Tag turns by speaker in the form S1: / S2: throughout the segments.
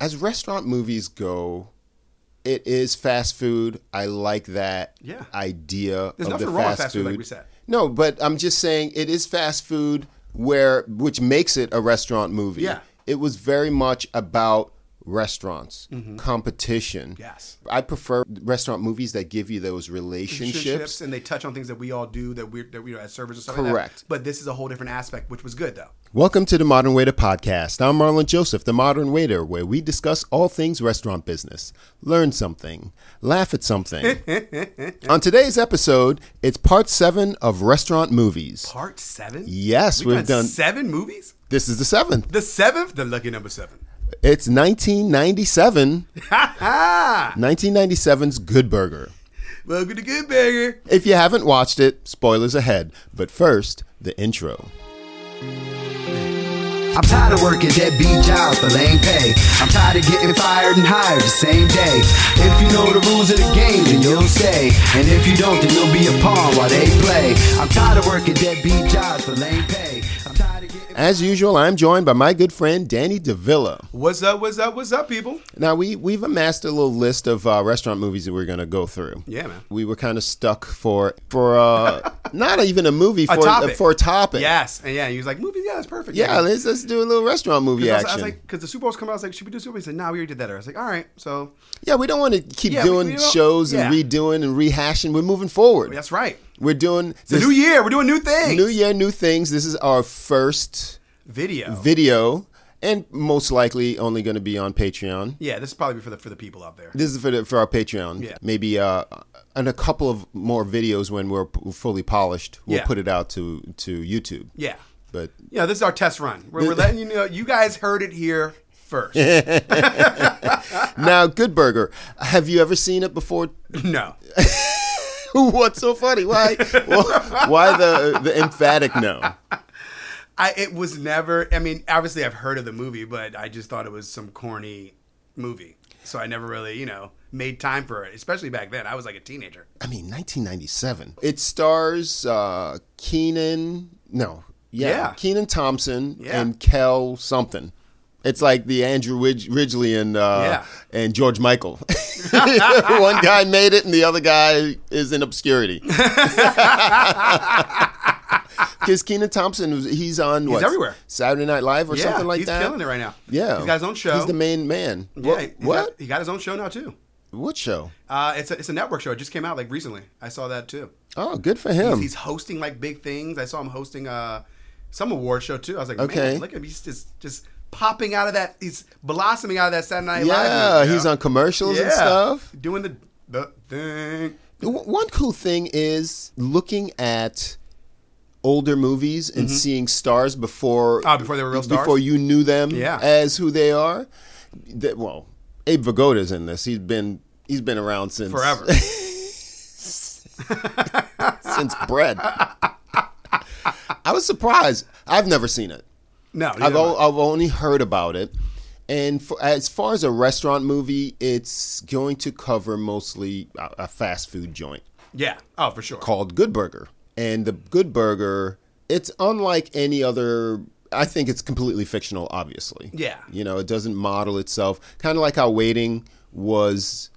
S1: as restaurant movies go, it is fast food. I like that
S2: Yeah.
S1: idea
S2: There's
S1: of the
S2: nothing
S1: fast,
S2: wrong with fast
S1: food.
S2: food, like we said.
S1: No, but I'm just saying it is fast food where which makes it a restaurant movie.
S2: Yeah.
S1: It was very much about restaurants, competition.
S2: Mm-hmm. Yes.
S1: I prefer restaurant movies that give you those relationships.
S2: Relationships, and they touch on things that we all do that we're that we are as servers and stuff. like that.
S1: Correct.
S2: But this is a whole different aspect, which was good though.
S1: Welcome to the Modern Waiter Podcast. I'm Marlon Joseph, the Modern Waiter, where we discuss all things restaurant business, learn something, laugh at something. On today's episode, it's part seven of restaurant movies.
S2: Part seven.
S1: Yes, we've done-
S2: seven movies.
S1: This is the seventh.
S2: The seventh, the lucky number seven.
S1: It's 1997,
S2: Ha ha!
S1: 1997's Good Burger.
S2: Welcome to Good Burger.
S1: If you haven't watched it, spoilers ahead. But first, the intro.
S3: I'm tired of working deadbeat jobs for lame pay. I'm tired of getting fired and hired the same day. If you know the rules of the game, then you'll stay. And if you don't, then you'll be a pawn while they play. I'm tired of working deadbeat jobs for lame pay. I'm tired of getting.
S1: As usual, I'm joined by my good friend Danny DeVilla.
S2: What's up? What's up? What's up, people?
S1: Now we we've amassed a little list of uh, restaurant movies that we're gonna go through.
S2: Yeah, man.
S1: We were kind of stuck for for uh, not even a movie for uh,
S2: topic.
S1: for a topic.
S2: Yes, and yeah, he was like, "Movies, yeah, that's perfect."
S1: yeah. Let's let's do a little restaurant movie
S2: I was,
S1: action.
S2: I was like, because the Super Bowl's coming out, I was like, should we do Super Bowl? He said, nah, we already did that. I was like, all right, so
S1: yeah, we don't want to keep
S2: Yeah, we-
S1: doing
S2: we don't-
S1: shows and
S2: yeah.
S1: redoing and rehashing. We're moving forward.
S2: that's right.
S1: We're doing
S2: It's a new year. We're doing new things.
S1: new year, new things. This is our first
S2: video.
S1: video, and most likely only going to be on Patreon.
S2: yeah, this is probably for the for the people out there.
S1: This is for the, for our Patreon.
S2: Yeah.
S1: Maybe uh, and a couple of more videos when we're p- fully polished, we'll
S2: Yeah.
S1: put it out to to YouTube.
S2: Yeah,
S1: But
S2: yeah, this is our test run. We're, we're letting you know. You guys heard it here first.
S1: now, Good Burger, have you ever seen it before?
S2: no,
S1: What's so funny? Why? why the the emphatic no?
S2: I it was never. I mean, obviously, I've heard of the movie, but I just thought it was some corny movie. So I never really, you know, made time for it. Especially back then, I was like a teenager.
S1: I mean, 1997. It stars uh, Keenan. No, yeah,
S2: Yeah.
S1: Keenan Thompson
S2: Yeah.
S1: and Kel something. It's like the Andrew Ridg- Ridgely and uh,
S2: Yeah.
S1: and George Michael. One guy made it, and the other guy is in obscurity. Because Keenan Thompson, was- he's on what,
S2: everywhere.
S1: Saturday Night Live or
S2: yeah,
S1: something like
S2: he's
S1: that.
S2: killing it right now.
S1: Yeah,
S2: he's got his own show.
S1: He's the main man.
S2: Yeah,
S1: what?
S2: he- he
S1: what?
S2: got- he got his own show now too.
S1: What show?
S2: Uh, it's a, it's a network show. It just came out like recently. I saw that too.
S1: Oh, good for him.
S2: He's, he's hosting like big things. I saw him hosting uh, some award show too. I was like,
S1: Okay.
S2: man, look at him. He's just just popping out of that. He's blossoming out of that Saturday Night Live.
S1: yeah,
S2: movie,
S1: he's
S2: yo.
S1: on commercials and
S2: Yeah.
S1: stuff.
S2: doing the the thing.
S1: W- One cool thing is looking at older movies and seeing stars before
S2: Mm-hmm. Ah, before they were real stars?
S1: before you knew them
S2: Yeah.
S1: as who they are. That, well, Abe Vigoda's in this. He's been he's been around since
S2: Forever.
S1: since bread. I was surprised. I've never seen it.
S2: No,
S1: I've,
S2: neither am
S1: o-
S2: I.
S1: I've only heard about it. And for, as far as a restaurant movie, it's going to cover mostly a, a fast food joint
S2: yeah. Oh, for sure.
S1: called Good Burger. And the Good Burger, it's unlike any other. I think it's completely fictional, obviously.
S2: Yeah.
S1: You know, it doesn't model itself. Kind of like how Waiting was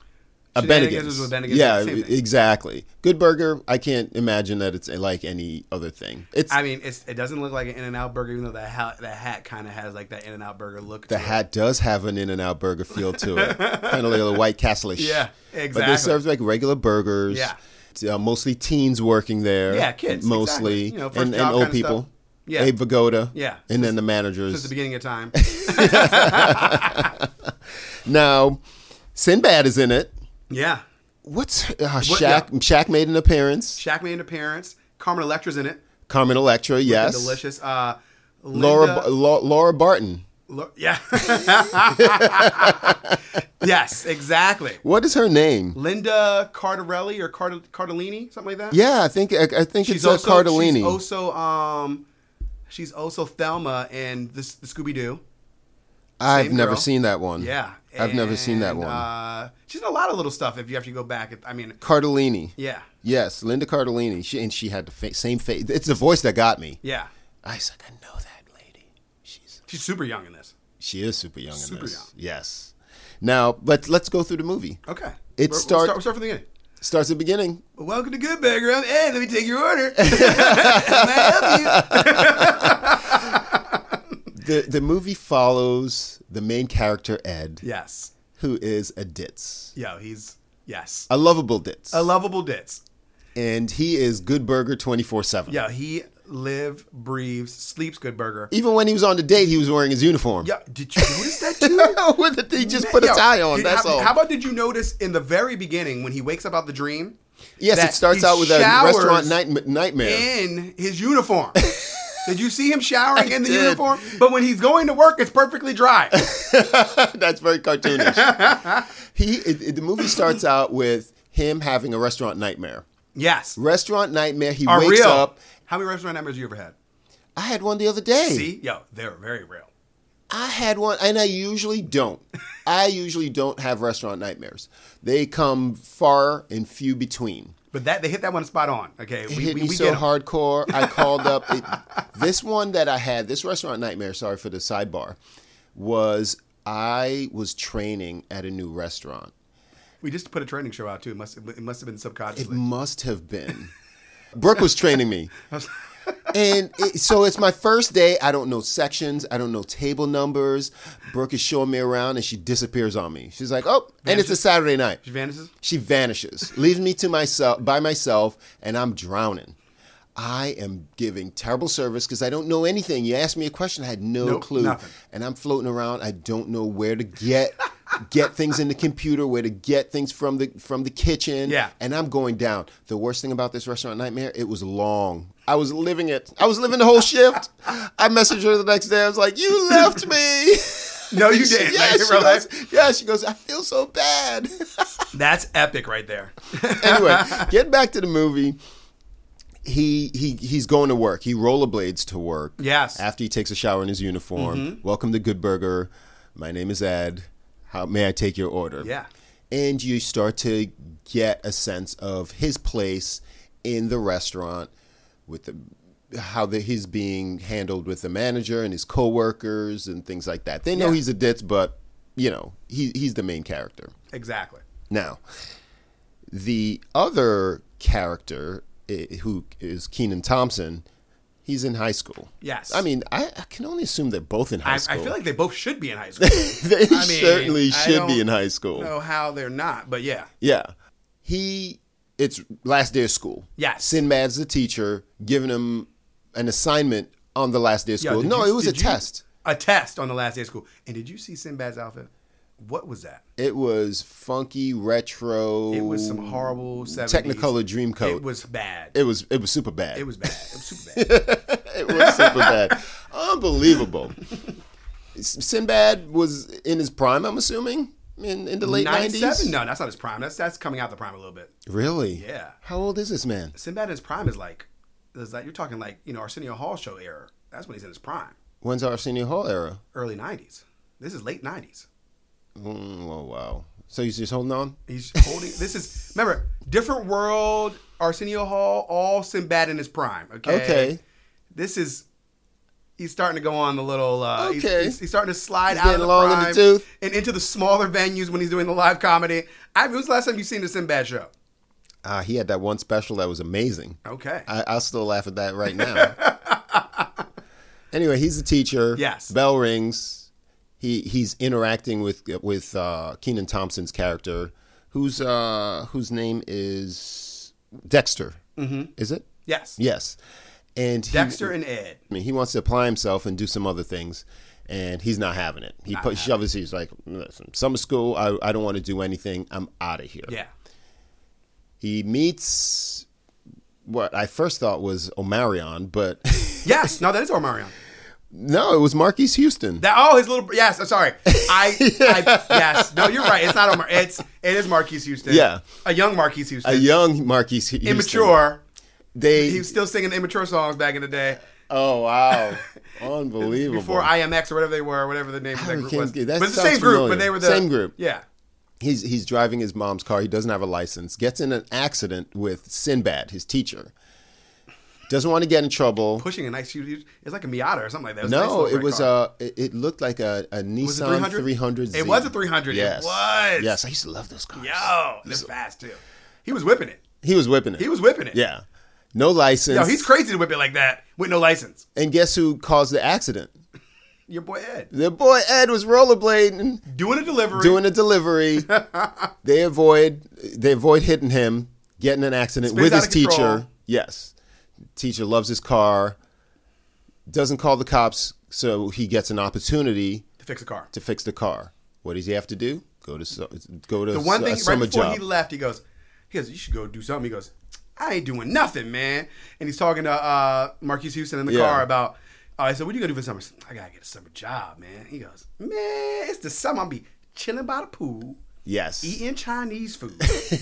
S1: A
S2: Shenanigans
S1: Bennigan's.
S2: was with Bennigan's,
S1: yeah,
S2: same thing.
S1: exactly. Good Burger. I can't imagine that it's like any other thing. It's
S2: I mean, it's, it doesn't look like an In and Out burger, even though that hat, that hat kind of has like that In and Out burger look.
S1: the
S2: to it.
S1: hat does have an In and Out burger feel to it, kind of like a White Castle.
S2: Yeah,
S1: But they
S2: exactly.
S1: serve like regular burgers.
S2: Yeah.
S1: It's, uh, mostly teens working there.
S2: Yeah, kids,
S1: Mostly,
S2: exactly. You know, first
S1: and, and
S2: job
S1: old
S2: kinda
S1: people.
S2: stuff. Yeah.
S1: Abe Vigoda.
S2: Yeah.
S1: and then the managers.
S2: Since the beginning of time.
S1: Now, Sinbad is in it.
S2: yeah,
S1: What's uh, Shaq?
S2: yeah.
S1: Shaq made an appearance.
S2: Shaq made an appearance. Carmen Electra's in it.
S1: Carmen Electra, yes.
S2: Delicious. Uh,
S1: Laura,
S2: Linda-
S1: Ba- Lau- Laura Barton.
S2: Lo- yeah. yes, exactly.
S1: What is her name?
S2: Linda Cardarelli or Card- Cardellini, something like that.
S1: Yeah, I think I, I think
S2: she's
S1: it's uh,
S2: also
S1: Cardellini.
S2: She's also um, she's also Thelma in this the Scooby Doo.
S1: I've
S2: same
S1: never
S2: girl.
S1: seen that one.
S2: Yeah,
S1: I've never seen that
S2: And,
S1: one.
S2: Uh, she's in a lot of little stuff. If you have to go back, I mean,
S1: Cardellini.
S2: yeah,
S1: Yes, Linda Cardellini. She and she had the fa- same face. It's the voice that got me.
S2: yeah,
S1: I was like, I know that lady. She's
S2: she's super young in this.
S1: she is super young in
S2: Super
S1: this.
S2: young.
S1: Yes. Now, but let's go through the movie.
S2: Okay,
S1: It
S2: We're- we'll
S1: start-
S2: We'll start from the beginning.
S1: Starts at the beginning.
S2: Welcome to Good Burger. I'm Ed. Let me take your order. How may I help you?
S1: The the movie follows the main character Ed,
S2: yes,
S1: who is a ditz,
S2: yo, he's yes,
S1: a lovable ditz,
S2: a lovable ditz.
S1: and he is Good Burger twenty four seven.
S2: Yeah, he live, breathes, sleeps Good Burger.
S1: Even when he was on the date, he was wearing his uniform.
S2: Yeah, did you notice that too?
S1: With the- he just put a
S2: Yo,
S1: tie on.
S2: did-
S1: that's
S2: how,
S1: all.
S2: How about did you notice in the very beginning when he wakes up out the dream?
S1: yes,
S2: that
S1: it starts
S2: he
S1: out with a
S2: showers
S1: restaurant night, nightmare.
S2: in his uniform. did you see him showering in the
S1: did.
S2: uniform? But when he's going to work, it's perfectly dry.
S1: That's very cartoonish. he it, it- the movie starts out with him having a restaurant nightmare.
S2: yes,
S1: Restaurant nightmare. He
S2: are
S1: wakes
S2: real.
S1: up.
S2: How many restaurant nightmares you ever had?
S1: I had one the other day.
S2: See, yo, they're very real.
S1: I had one, and I usually don't. I usually don't have restaurant nightmares. They come far and few between.
S2: But that they hit that one spot on. Okay,
S1: It hit me so
S2: get 'em.
S1: hardcore. I called up it, this one that I had. This restaurant nightmare. Sorry for the sidebar. Was I was training at a new restaurant.
S2: We just put a training show out too. It must it must have been
S1: It
S2: subconsciously.
S1: must have been. Brooke was training me. And it, so it's my first day. I don't know sections. I don't know table numbers. Brooke is showing me around and she disappears on me. She's like, oh, and it's a Saturday night.
S2: She vanishes.
S1: She vanishes, leaves me to myself by myself, and I'm drowning. I am giving terrible service because I don't know anything. You asked me a question, I had no
S2: Nope,
S1: clue,
S2: nothing.
S1: and I'm floating around. I don't know where to get get things in the computer, where to get things from the from the kitchen.
S2: Yeah.
S1: and I'm going down. The worst thing about this restaurant nightmare, it was long. I was living it. I was living the whole shift. I messaged her the next day. I was like, "You left me."
S2: No, Oh, you didn't.
S1: Yeah,
S2: Like, in
S1: she
S2: real
S1: goes,
S2: life?
S1: yeah, she goes. I feel so bad.
S2: That's epic right there.
S1: anyway, get back to the movie. He he he's going to work. He rollerblades to work.
S2: Yes. Mm-hmm.
S1: After he takes a shower in his uniform. Welcome to Good Burger. My name is Ed. How may I take your order?
S2: Yeah.
S1: And you start to get a sense of his place in the restaurant with the how the, he's being handled with the manager and his coworkers and things like that. They know he's a ditz, but you know he he's the main character.
S2: exactly.
S1: Now, the other character eh, who is Keenan Thompson, he's in high school.
S2: Yes.
S1: I mean, I, I can only assume they're both in high
S2: I, I
S1: school.
S2: feel like they both should be in high school.
S1: they
S2: I mean,
S1: certainly
S2: I
S1: should be
S2: don't
S1: in high school.
S2: know how they're not, but yeah.
S1: Yeah. He, it's last day of school.
S2: Yes.
S1: Sinbad's the teacher giving him an assignment on the last day of
S2: Yo,
S1: school.
S2: did
S1: no,
S2: you-
S1: it was a
S2: did you-
S1: test.
S2: A test on the last day of school. And did you see Sinbad's outfit? What was that?
S1: It was funky, retro.
S2: It was some horrible 70s.
S1: Technicolor dream coat.
S2: It was bad.
S1: It was, it was super bad.
S2: It was bad. It was super bad.
S1: It was super bad. Unbelievable. Sinbad was in his prime, I'm assuming, in, in the late
S2: 97?
S1: 90s.
S2: No, that's not his prime. That's that's coming out the prime a little bit.
S1: Really?
S2: Yeah.
S1: How old is this man?
S2: Sinbad in his prime is like, is like you're talking like, you know, Arsenio Hall show era. That's when he's in his prime.
S1: When's Arsenio Hall era?
S2: Early 90s. This is late 90s.
S1: Mm, oh, wow. So he's just holding on?
S2: He's holding. this is remember different world. Arsenio Hall, all Sinbad in his prime. Okay.
S1: Okay.
S2: This is He's starting to go on the little. Uh, he's-
S1: Okay.
S2: He's, he's starting to slide
S1: He's
S2: out of
S1: getting
S2: the
S1: long in the
S2: prime
S1: tooth.
S2: and into the smaller venues when he's doing the live comedy. I, when was the last time you seen the Sinbad show?
S1: Uh, he had that one special that was amazing.
S2: Okay.
S1: I, I'll still laugh at that right now. anyway, he's a teacher.
S2: Yes.
S1: Bell rings. He he's interacting with with uh, Keenan Thompson's character, whose uh, whose name is Dexter. Mm-hmm. Is it?
S2: yes.
S1: Yes. And he,
S2: Dexter and Ed.
S1: I mean, he wants to apply himself and do some other things, and he's not having it. He put, shoves. He's like, "Listen, summer school. I, I don't want to do anything. I'm out of here."
S2: Yeah.
S1: He meets what I first thought was Omarion, but
S2: Yes. No, that is Omarion.
S1: no, it was Marquise Houston.
S2: That oh, his little yes. I'm sorry. I, I yes. No, you're right. It's not Omar. It's it is Marquise Houston.
S1: Yeah.
S2: A young Marquise Houston.
S1: a young Marquise Houston.
S2: immature.
S1: They.
S2: He was still singing the immature songs back in the day.
S1: oh wow, unbelievable.
S2: Before IMX or whatever they were, whatever the name of
S1: I
S2: that group
S1: can't
S2: was.
S1: get-
S2: But
S1: that
S2: it's the
S1: sounds
S2: same group,
S1: familiar.
S2: but they were the
S1: Same group.
S2: Yeah.
S1: he's he's driving his mom's car. He doesn't have a license. Gets in an accident with Sinbad, his teacher. Doesn't want to get in trouble.
S2: Pushing a nice huge it's like a Miata or something like that. It was a nice
S1: No,
S2: little
S1: it
S2: red
S1: was uh,
S2: car.
S1: a. It, it looked like a, a
S2: Was it
S1: Nissan 300. z
S2: It was a 300.
S1: Yes.
S2: It was.
S1: Yes, I used to love those cars.
S2: Yo, and it's fast too. He was whipping it.
S1: He was whipping it.
S2: He was whipping it.
S1: Yeah, no license.
S2: Yo, he's crazy to whip it like that with no license.
S1: and guess who caused the accident?
S2: Your boy Ed
S1: The boy Ed was rollerblading,
S2: doing a delivery.
S1: doing a delivery. they avoid they avoid hitting him, getting an accident
S2: Spins
S1: with
S2: out
S1: his
S2: of control.
S1: teacher. Yes, teacher loves his car. Doesn't call the cops, so he gets an opportunity
S2: to fix a car.
S1: to fix the car. What does he have to do? Go to su- go to
S2: The one
S1: su- a
S2: thing right
S1: uh, summer
S2: before
S1: job.
S2: he left, he goes, he goes, you should go do something. He goes, I ain't doing nothing, man. And he's talking to uh, Marquise Houston in the
S1: Yeah.
S2: car about. "All right, so what you gonna do for summer? I gotta get a summer job, man. He goes, man, it's the summer. I'll be chilling by the pool,
S1: Yes.
S2: eating Chinese food,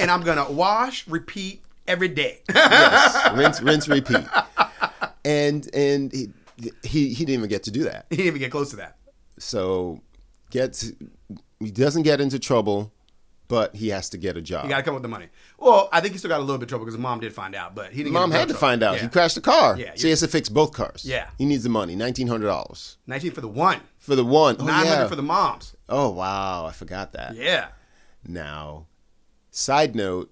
S2: and I'm gonna wash, repeat every day.
S1: yes. Rinse, rinse, repeat. And and he, he he didn't even get to do that.
S2: he didn't even get close to that.
S1: So gets he doesn't get into trouble, but he has to get a job.
S2: You gotta come up with the money. Well, I think he still got a little bit of trouble because mom did find out, but he didn't.
S1: Mom
S2: get in
S1: had to
S2: real trouble.
S1: find out.
S2: Yeah.
S1: He crashed the car.
S2: Yeah,
S1: so he has to fix both cars.
S2: Yeah.
S1: He needs the money. Nineteen hundred dollars.
S2: Nineteen for the one,
S1: For the one. Oh,
S2: nine hundred
S1: yeah.
S2: for the moms.
S1: Oh wow, I forgot that.
S2: Yeah.
S1: Now, side note,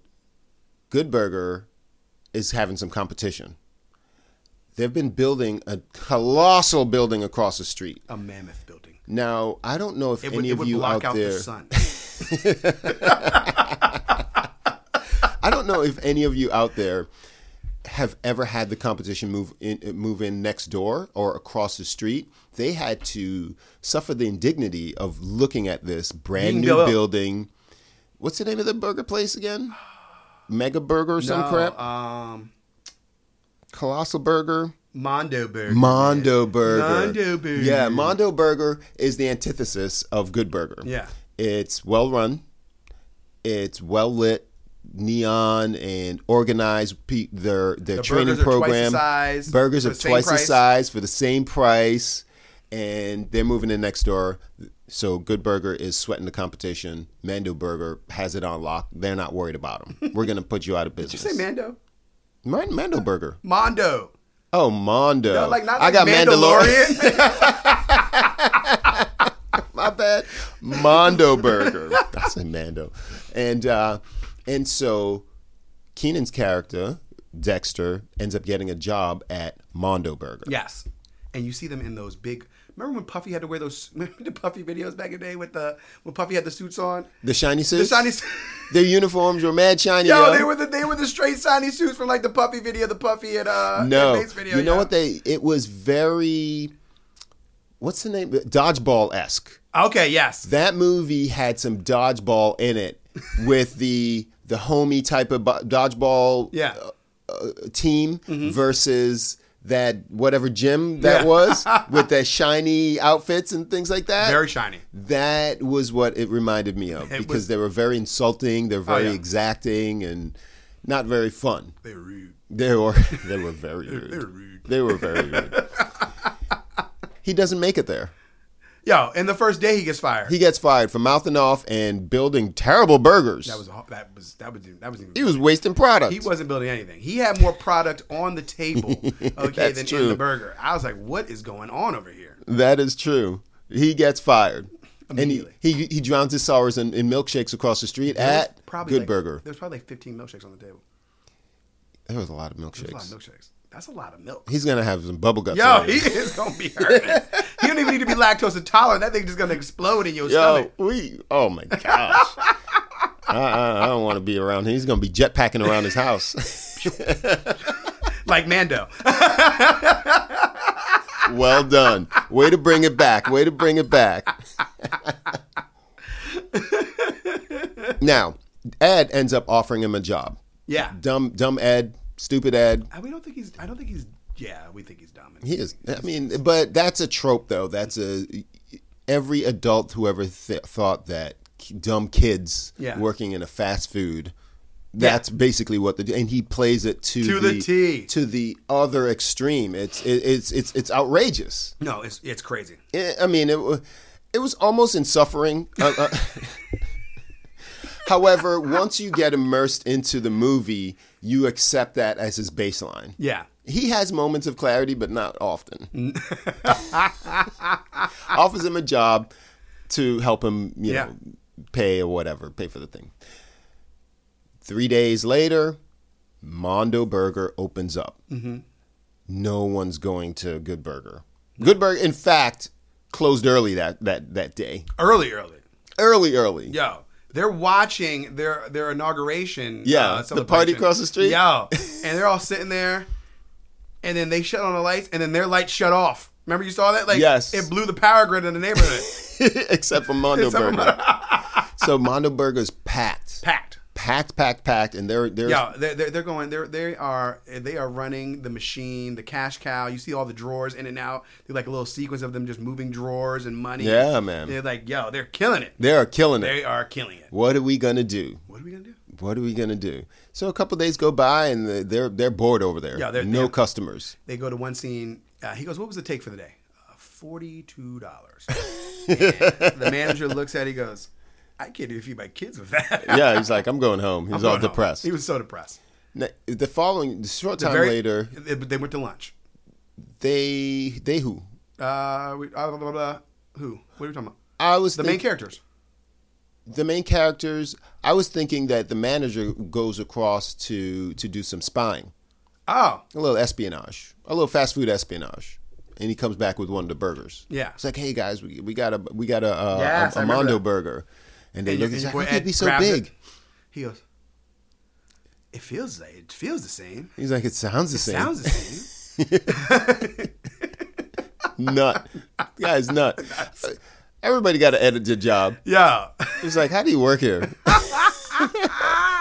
S1: Good Burger is having some competition. They've been building a colossal building across the street.
S2: a mammoth building.
S1: Now, I don't know if
S2: It would,
S1: any
S2: it
S1: of
S2: would
S1: you
S2: block
S1: out,
S2: out,
S1: there
S2: the sun.
S1: I don't know if any of you out there have ever had the competition move in move in next door or across the street. They had to suffer the indignity of looking at this brand
S2: can
S1: new
S2: go up.
S1: building. What's the name of the burger place again? Mega Burger or some crap?
S2: Um,
S1: Colossal Burger?
S2: Mondo Burger.
S1: Mondo Burger.
S2: Mondo Burger.
S1: Yeah, Mondo Burger is the antithesis of Good Burger.
S2: Yeah.
S1: It's well run, it's well lit, neon and organized. Pe- their their
S2: The
S1: training
S2: burgers are twice the
S1: program.
S2: size
S1: burgers
S2: for
S1: are
S2: the same
S1: twice the
S2: price.
S1: size for the same price, and they're moving in next door. So Good Burger is sweating the competition. Mando Burger has it on lock. They're not worried about them. We're gonna put you out of
S2: Did
S1: business.
S2: you say Mando?
S1: Man- Mando Burger.
S2: Mondo.
S1: Oh, Mondo.
S2: No, like not
S1: I
S2: like
S1: got Mandalorian.
S2: Mandalorian.
S1: My bad. Mondo Burger. I said Mando. And uh, and so Keenan's character, Dexter, ends up getting a job at Mondo Burger.
S2: yes. And you see them in those big. Remember when Puffy had to wear those remember the Puffy videos back in the day with the when Puffy had the suits on?
S1: The shiny
S2: The
S1: suits?
S2: shiny suits.
S1: Their uniforms were mad shiny.
S2: Yo,
S1: yo.
S2: they were the they were the straight shiny suits from like the Puffy video, the Puffy and uh
S1: No.
S2: and Bates video.
S1: you know
S2: yeah.
S1: what they it was very what's the name? Dodgeball esque.
S2: Okay, yes.
S1: That movie had some dodgeball in it with the the homie type of bo- dodgeball uh,
S2: yeah. Mm-hmm.
S1: team versus that whatever gym that was with their shiny outfits and things like that.
S2: Very shiny.
S1: That was what it reminded me of because
S2: was- Oh,
S1: they were very insulting, they're very
S2: yeah.
S1: exacting, and not very fun.
S2: They were rude.
S1: They were they were very rude.
S2: they
S1: They were
S2: were rude.
S1: very rude. he doesn't make it there.
S2: Yo, and the first day he gets fired.
S1: He gets fired for mouthing off and building terrible burgers.
S2: that was that was that was that was.
S1: he was wasting product.
S2: He wasn't building anything. He had more product on the table, okay,
S1: That's
S2: than in
S1: true.
S2: the burger. I was like, what is going on over here?
S1: That is true. He gets fired. And he,
S2: Immediately.
S1: he he drowns his sorrows in, in milkshakes across the street at Good
S2: like-
S1: Burger.
S2: There was probably like 15 milkshakes on the table.
S1: There was a lot of
S2: That's a lot
S1: milkshakes.
S2: of milkshakes. That's a lot of milk.
S1: He's gonna have some bubble guts.
S2: Yo,
S1: on
S2: he
S1: him.
S2: is gonna be hurting. he don't even need to be lactose intolerant. That thing just gonna explode in your
S1: yo,
S2: stomach.
S1: we. Oh my gosh. I, I, I don't want to be around him. He's gonna be jetpacking around his house.
S2: Like Mando.
S1: well done. Way to bring it back. Way to bring it back. now, Ed ends up offering him a job.
S2: yeah.
S1: Dumb, dumb Ed, stupid Ed.
S2: I- We don't think he's I don't think he's yeah, we think he's dominant.
S1: He is. I mean, but that's a trope, though. That's a every adult who ever th- thought that k- dumb kids
S2: Yeah.
S1: working in a fast food. That's basically what the and he plays it to,
S2: To the T.
S1: to the other extreme. It's it, it's it's it's outrageous.
S2: No, it's it's crazy.
S1: I- I mean, it wa- it was almost insuffering. Uh, uh, however, once you get immersed into the movie, you accept that as his baseline.
S2: Yeah.
S1: He has moments of clarity, but not often. Offers him a job to help him, you
S2: Yeah.
S1: know, pay or whatever, pay for the thing. Three days later, Mondo Burger opens up. No one's going to Good Burger. Good Burger, in fact, closed early that, that, that day.
S2: Early, early.
S1: Early, early.
S2: Yo. They're watching their their inauguration. uh,
S1: Yeah, the
S2: celebration.
S1: party across the street?
S2: Yo. And they're all sitting there and then they shut on the lights and then their lights shut off. Remember you saw that? Like
S1: Yes.
S2: it blew the power grid in the neighborhood.
S1: Except for Mondo Burger. so Mondo Burger's packed.
S2: Packed.
S1: Packed, packed, packed, and they're they're
S2: Yeah, they're, they're, they're going. They're they are they are running the machine, the cash cow. You see all the drawers in and out. They're like a little sequence of them just moving drawers and money.
S1: Yeah, man.
S2: They're like, yo, they're killing it.
S1: they are killing it.
S2: They are killing it.
S1: what are we gonna do?
S2: What are we gonna do?
S1: What are we gonna do? So a couple days go by and the- they're they're bored over there.
S2: Yeah, they're-
S1: no
S2: they're-
S1: customers.
S2: They go to one scene. Uh, he goes, "What was the take for the day?" Uh, Forty-two dollars. the manager looks at. it, He goes, "I can't even feed my kids with that."
S1: Yeah, he's like, I'm going home. He's
S2: I'm
S1: all
S2: going home.
S1: depressed.
S2: He was so depressed.
S1: Na- the following the short
S2: The
S1: time
S2: very-
S1: later,
S2: they, they went to lunch.
S1: they they who
S2: Uh, we, uh, blah, blah, blah. who? What are we talking about?
S1: I was
S2: The main
S1: think-
S2: characters.
S1: the main characters. I was thinking that the manager goes across to to do some spying,
S2: Oh,
S1: a little espionage, a little fast food espionage. And he comes back with one of the burgers.
S2: Yeah.
S1: it's like, hey guys, we, we got a we got a uh,
S2: Yes,
S1: a,
S2: I
S1: a
S2: remember
S1: Mondo
S2: that.
S1: burger, and they
S2: And
S1: look
S2: your-
S1: at like,
S2: and your
S1: how
S2: boy
S1: could
S2: Ed
S1: it be so
S2: grabs it.
S1: big?
S2: He goes, it feels like it feels the same.
S1: He's like, it sounds the same.
S2: Sounds the same.
S1: nut. Guy's nut. Everybody got to edit your job.
S2: yeah,
S1: He's like, how do you work here?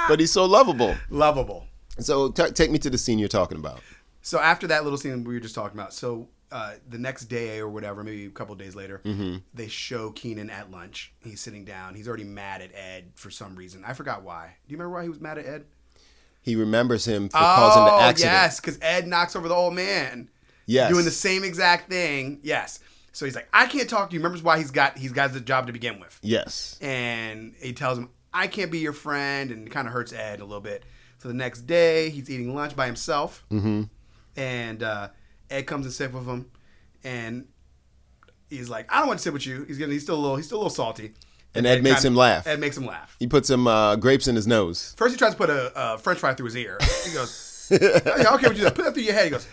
S1: but he's so lovable.
S2: lovable.
S1: So t- take me to the scene you're talking about.
S2: So after that little scene we were just talking about, so uh, the next day or whatever, maybe a couple of days later,
S1: Mm-hmm.
S2: they show Keenan at lunch. He's sitting down. He's already mad at Ed for some reason. I forgot why. Do you remember why he was mad at Ed? Oh,
S1: He remembers him for causing the accident.
S2: yes, because Ed knocks over the old man.
S1: Yes.
S2: doing the same exact thing. Yes. So he's like, I can't talk to you. Remembers why he's got he's got the job to begin with.
S1: Yes.
S2: and he tells him, I can't be your friend, and kind of hurts Ed a little bit. So the next day, he's eating lunch by himself, mm-hmm. and uh, Ed comes and sits with him, and he's like, "I don't want to sit with you." He's gonna, he's still a little, he's still a little salty.
S1: And Ed makes him laugh.
S2: Ed makes him laugh.
S1: He put some uh, grapes in his nose.
S2: First, he tries to put a, a French fry through his ear. He goes, "Oh, yeah, "I don't care what you do. Put that through your head." He goes,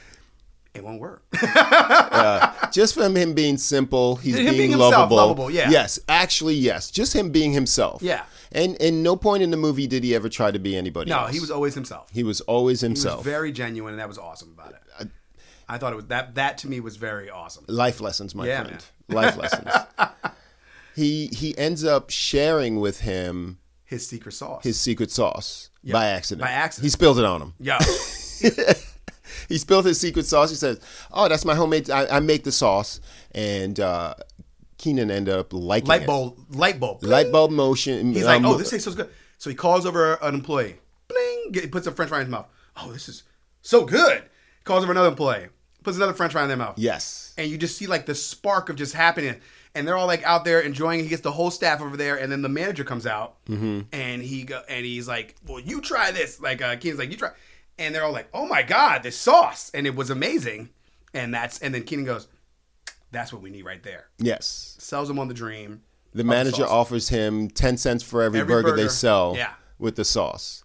S2: "It won't work."
S1: Just from him being simple, he's
S2: Him
S1: being,
S2: being himself,
S1: lovable.
S2: lovable, yeah.
S1: Yes, actually, yes. Just him being himself.
S2: Yeah.
S1: And and no point in the movie did he ever try to be anybody.
S2: no,
S1: else.
S2: he was always himself.
S1: he was always
S2: He was
S1: himself.
S2: very genuine, and that was awesome about it. I thought it was that. That to me was very awesome.
S1: life lessons, my
S2: Yeah,
S1: friend. Life lessons. He he ends up sharing with him
S2: His secret sauce.
S1: his secret sauce by accident.
S2: by accident.
S1: He spilled it on him.
S2: Yo,
S1: He spilled his secret sauce. He says, "Oh, that's my homemade. I, I make the sauce." And uh, Keenan ended up liking
S2: light
S1: it.
S2: bulb, light bulb.
S1: light bulb motion.
S2: He's like,
S1: um,
S2: oh, this tastes so good. So he calls over an employee. Bling. Get, puts a French fry in his mouth. Oh, this is so good. Calls over another employee. puts another French fry in their mouth.
S1: Yes.
S2: And you just see like the spark of just happening. And they're all like out there enjoying. He gets the whole staff over there, and then the manager comes out,
S1: Mm-hmm.
S2: and he go, and he's like, "Well, you try this." Like uh, Keenan's like, "You try," and they're all like, "Oh my god, this sauce!" And it was amazing. And that's and then Keenan goes, "That's what we need right there."
S1: Yes.
S2: Sells him on the dream.
S1: The
S2: of
S1: manager
S2: sauce.
S1: offers him 10 cents for every,
S2: Every
S1: burger, they
S2: burger.
S1: sell
S2: Yeah.
S1: with the sauce.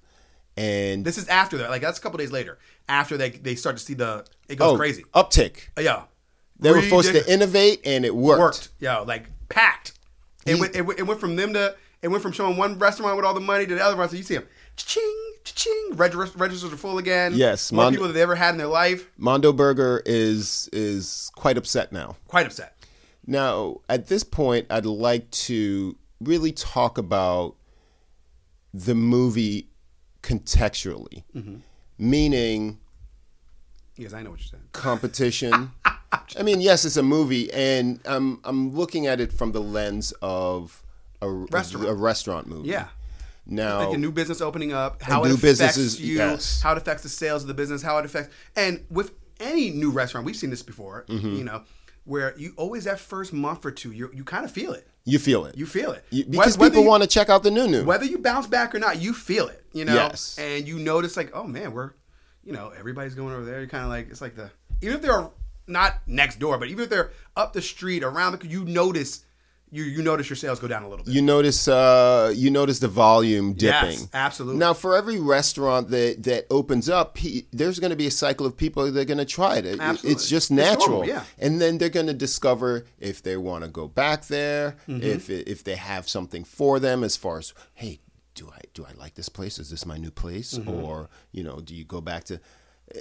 S1: And
S2: This is after that. Like that's a couple days later. After they they start to see the it goes
S1: oh,
S2: crazy.
S1: uptick.
S2: Yeah.
S1: They were forced
S2: Ridiculous.
S1: to innovate and it worked.
S2: worked. Yeah, like packed. It, went, it, went, it went from them to it went from showing one restaurant with all the money to the other restaurant. You see them, ching, ching. Registers, registers are full again.
S1: Yes,
S2: more
S1: Mon-
S2: people that they ever had in their life.
S1: Mondo Burger is is quite upset now.
S2: Quite upset.
S1: Now, at this point, I'd like to really talk about the movie contextually,
S2: Mm-hmm.
S1: meaning
S2: Yes, I know what you're saying.
S1: competition. I mean, yes, it's a movie, and I'm I'm looking at it from the lens of a
S2: Restaurant.
S1: a restaurant movie.
S2: Yeah.
S1: Now,
S2: Like a new business opening up, how
S1: A
S2: it
S1: Oh. new
S2: affects
S1: business is-
S2: you,
S1: yes.
S2: how it affects the sales of the business, how it affects, and with any new restaurant, we've seen this before.
S1: Mm-hmm.
S2: You know, where you always that first month or two, you you kind of feel it.
S1: you feel it.
S2: You feel it
S1: You-
S2: Wh-
S1: because
S2: whether
S1: people
S2: you-
S1: want to check out the new new.
S2: whether you bounce back or not, you feel it, you know.
S1: Yes.
S2: And you notice like, oh man, we're, you know, everybody's going over there. You're kind of like, it's like the even if they're not next door, but even if they're up the street around the, you notice you you notice your sales go down a little bit.
S1: you notice uh, you notice the volume dipping.
S2: Yes, absolutely.
S1: Now, for every restaurant that that opens up, he, there's going to be a cycle of people that are going to try it. It-
S2: Absolutely.
S1: It's just
S2: It's normal,
S1: natural.
S2: yeah.
S1: And then they're going to discover if they want to go back there,
S2: Mm-hmm.
S1: if it- if they have something for them as far as hey, do I do I like this place? Is this my new place?
S2: Mm-hmm.
S1: Or you know, do you go back to?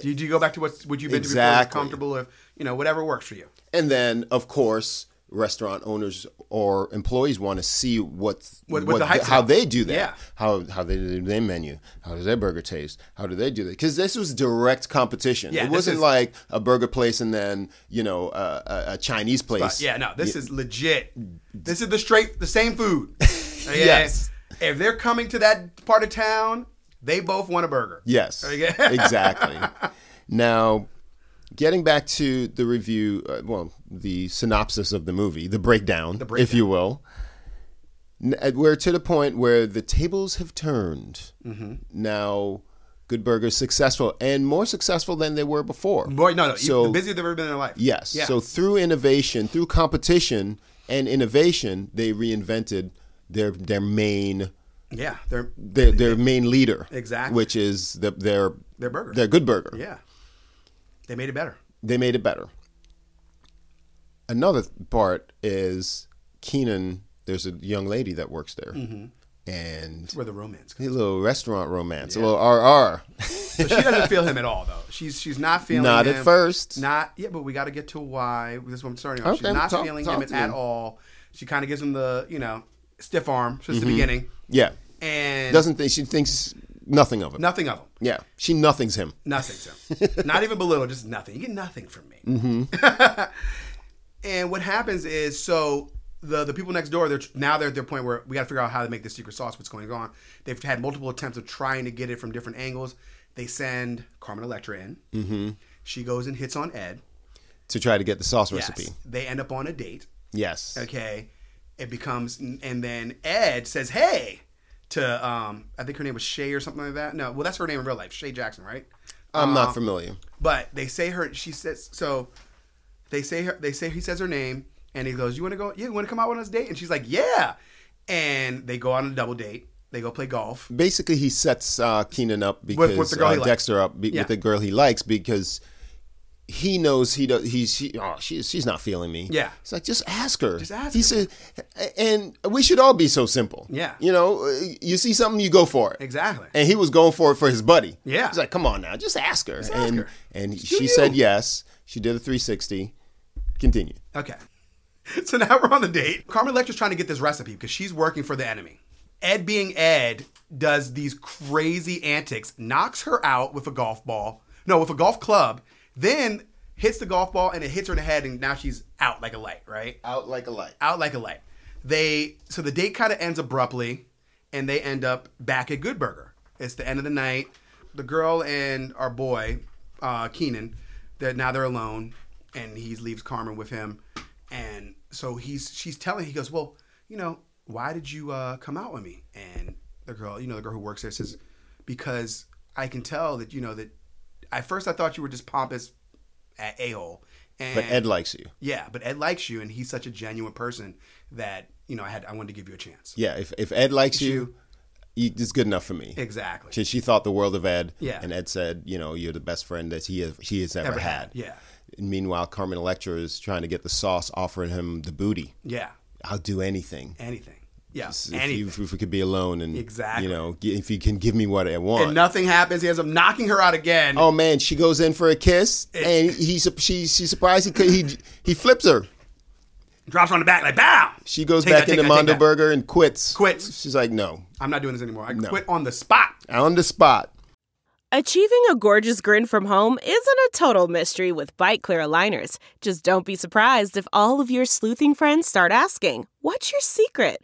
S2: do, you, do you go back to what what you've been to before? What's
S1: Exactly.
S2: comfortable if you know whatever works for you.
S1: And then, of course, restaurant owners or employees want to see what,
S2: What- what the hype's
S1: how
S2: about.
S1: they do that.
S2: Yeah.
S1: How how they do their menu. How does their burger taste? How do they do that? Because this was direct competition.
S2: Yeah,
S1: it
S2: this
S1: wasn't
S2: is-
S1: like a burger place and then you know uh, a, a Chinese place.
S2: But yeah, no, this is legit. This is the straight, the same food. Okay?
S1: Mm. Yes.
S2: If they're coming to that part of town, they both want a burger.
S1: Yes.
S2: Okay.
S1: exactly. Now, getting back to the review, uh, well, the synopsis of the movie, the breakdown, if you will. N- uh, We're to the point where the tables have turned.
S2: Mm-hmm.
S1: Now, Good Burger is successful and more successful than they were before.
S2: Boy, no, no.
S1: So-
S2: the busiest they've ever been in their life.
S1: Yes.
S2: Yeah.
S1: So through innovation, through competition and innovation, they reinvented their their main
S2: yeah, they're
S1: their, their main leader.
S2: Exactly.
S1: Which is the, their
S2: Their burger.
S1: Their Good Burger.
S2: Yeah. They made it better.
S1: they made it better. Another part is Keenan. There's a young lady that works there,
S2: Mm-hmm.
S1: and
S2: Where the romance
S1: a
S2: comes.
S1: little restaurant romance, a little RR.
S2: So she doesn't feel him at all though. She's she's not feeling
S1: Not at
S2: him.
S1: first.
S2: Not yeah, but we gotta get to why. This is what I'm starting on.
S1: Okay,
S2: she's not
S1: talk-
S2: feeling
S1: talk
S2: him
S1: to
S2: at
S1: me.
S2: all. She kinda gives him the, you know, stiff arm since the beginning.
S1: yeah,
S2: And
S1: Mm-hmm. doesn't think she thinks nothing of him.
S2: nothing of him.
S1: Yeah, she nothings him.
S2: Nothing so. Not even belittle, just nothing. You get nothing from me.
S1: Mm-hmm.
S2: and what happens is so the the people next door they're now they're at their point where we got to figure out how to make this secret sauce. What's going on? They've had multiple attempts of trying to get it from different angles. They send Carmen Electra in. Mm-hmm. She goes and hits on Ed.
S1: To try to get the sauce
S2: Yes.
S1: recipe.
S2: They end up on a date.
S1: Yes.
S2: Okay. It becomes, and then Ed says, "Hey," to um, I think her name was Shay or something like that. No, well, that's her name in real life, Shay Jackson, right?
S1: I'm
S2: Um,
S1: not familiar.
S2: But they say her. She says so. They say her. They say he says her name, and he goes, "You want to go? Yeah, you want to come out on this date?" And she's like, "Yeah." And they go on a double date. They go play golf.
S1: Basically, he sets uh, Keenan up because
S2: with the girl
S1: uh,
S2: he likes.
S1: Dexter up be-
S2: Yeah.
S1: with the girl he likes because he knows he does. He's he, oh she's she's not feeling me.
S2: Yeah.
S1: it's like just ask her.
S2: Just ask
S1: He
S2: her.
S1: said, and we should all be so simple.
S2: Yeah.
S1: you know, uh, you see something, you go for it.
S2: Exactly.
S1: And he was going for it for his buddy.
S2: Yeah.
S1: he's like, come on now, just ask her.
S2: ask
S1: and
S2: her.
S1: and
S2: Just do
S1: she
S2: you.
S1: said yes. She did a 360. Continue.
S2: Okay. So now we're on the date. Carmen Electra's trying to get this recipe because she's working for the enemy. Ed being Ed does these crazy antics, knocks her out with a golf ball. No, with a golf club, then hits the golf ball and it hits her in the head and now she's out like a light, right?
S1: Out like a light.
S2: Out like a light. They so the date kind of ends abruptly and they end up back at Good Burger. It's the end of the night. The girl and our boy, uh, Keenan, That now they're alone, and he leaves Carmen with him, and so he's she's telling he goes, well, you know, why did you uh, come out with me? And the girl, you know, the girl who works there says, because I can tell that you know that. At first, I thought you were just pompous, a hole.
S1: But Ed likes you.
S2: Yeah, but Ed likes you, and he's such a genuine person that you know I had I wanted to give you a chance.
S1: Yeah, if, if Ed likes you, you, it's good enough for me.
S2: Exactly.
S1: She, she thought the world of Ed.
S2: Yeah.
S1: And Ed said, you know, you're the best friend that he has, he has ever,
S2: Ever
S1: had.
S2: had, yeah.
S1: And meanwhile, Carmen Electra is trying to get the sauce, offering him the booty.
S2: Yeah.
S1: I'll do anything.
S2: Anything. Yeah.
S1: If,
S2: anything.
S1: you, if we could be alone and,
S2: Exactly.
S1: you know, g- if you can give me what I want.
S2: and nothing happens. He ends up knocking her out again.
S1: Oh man, she goes in for a kiss, and he, he she she's surprised he could, he he flips her.
S2: Drops her on the back like bow.
S1: She goes
S2: Take
S1: back
S2: that,
S1: into
S2: take that, take
S1: Mondo
S2: that.
S1: Burger and quits.
S2: Quits.
S1: She's like, no,
S2: I'm not doing this anymore. I quit on the spot.
S1: on the spot.
S4: Achieving a gorgeous grin from home isn't a total mystery with Bite Clear aligners. Just don't be surprised if all of your sleuthing friends start asking, "What's your secret?"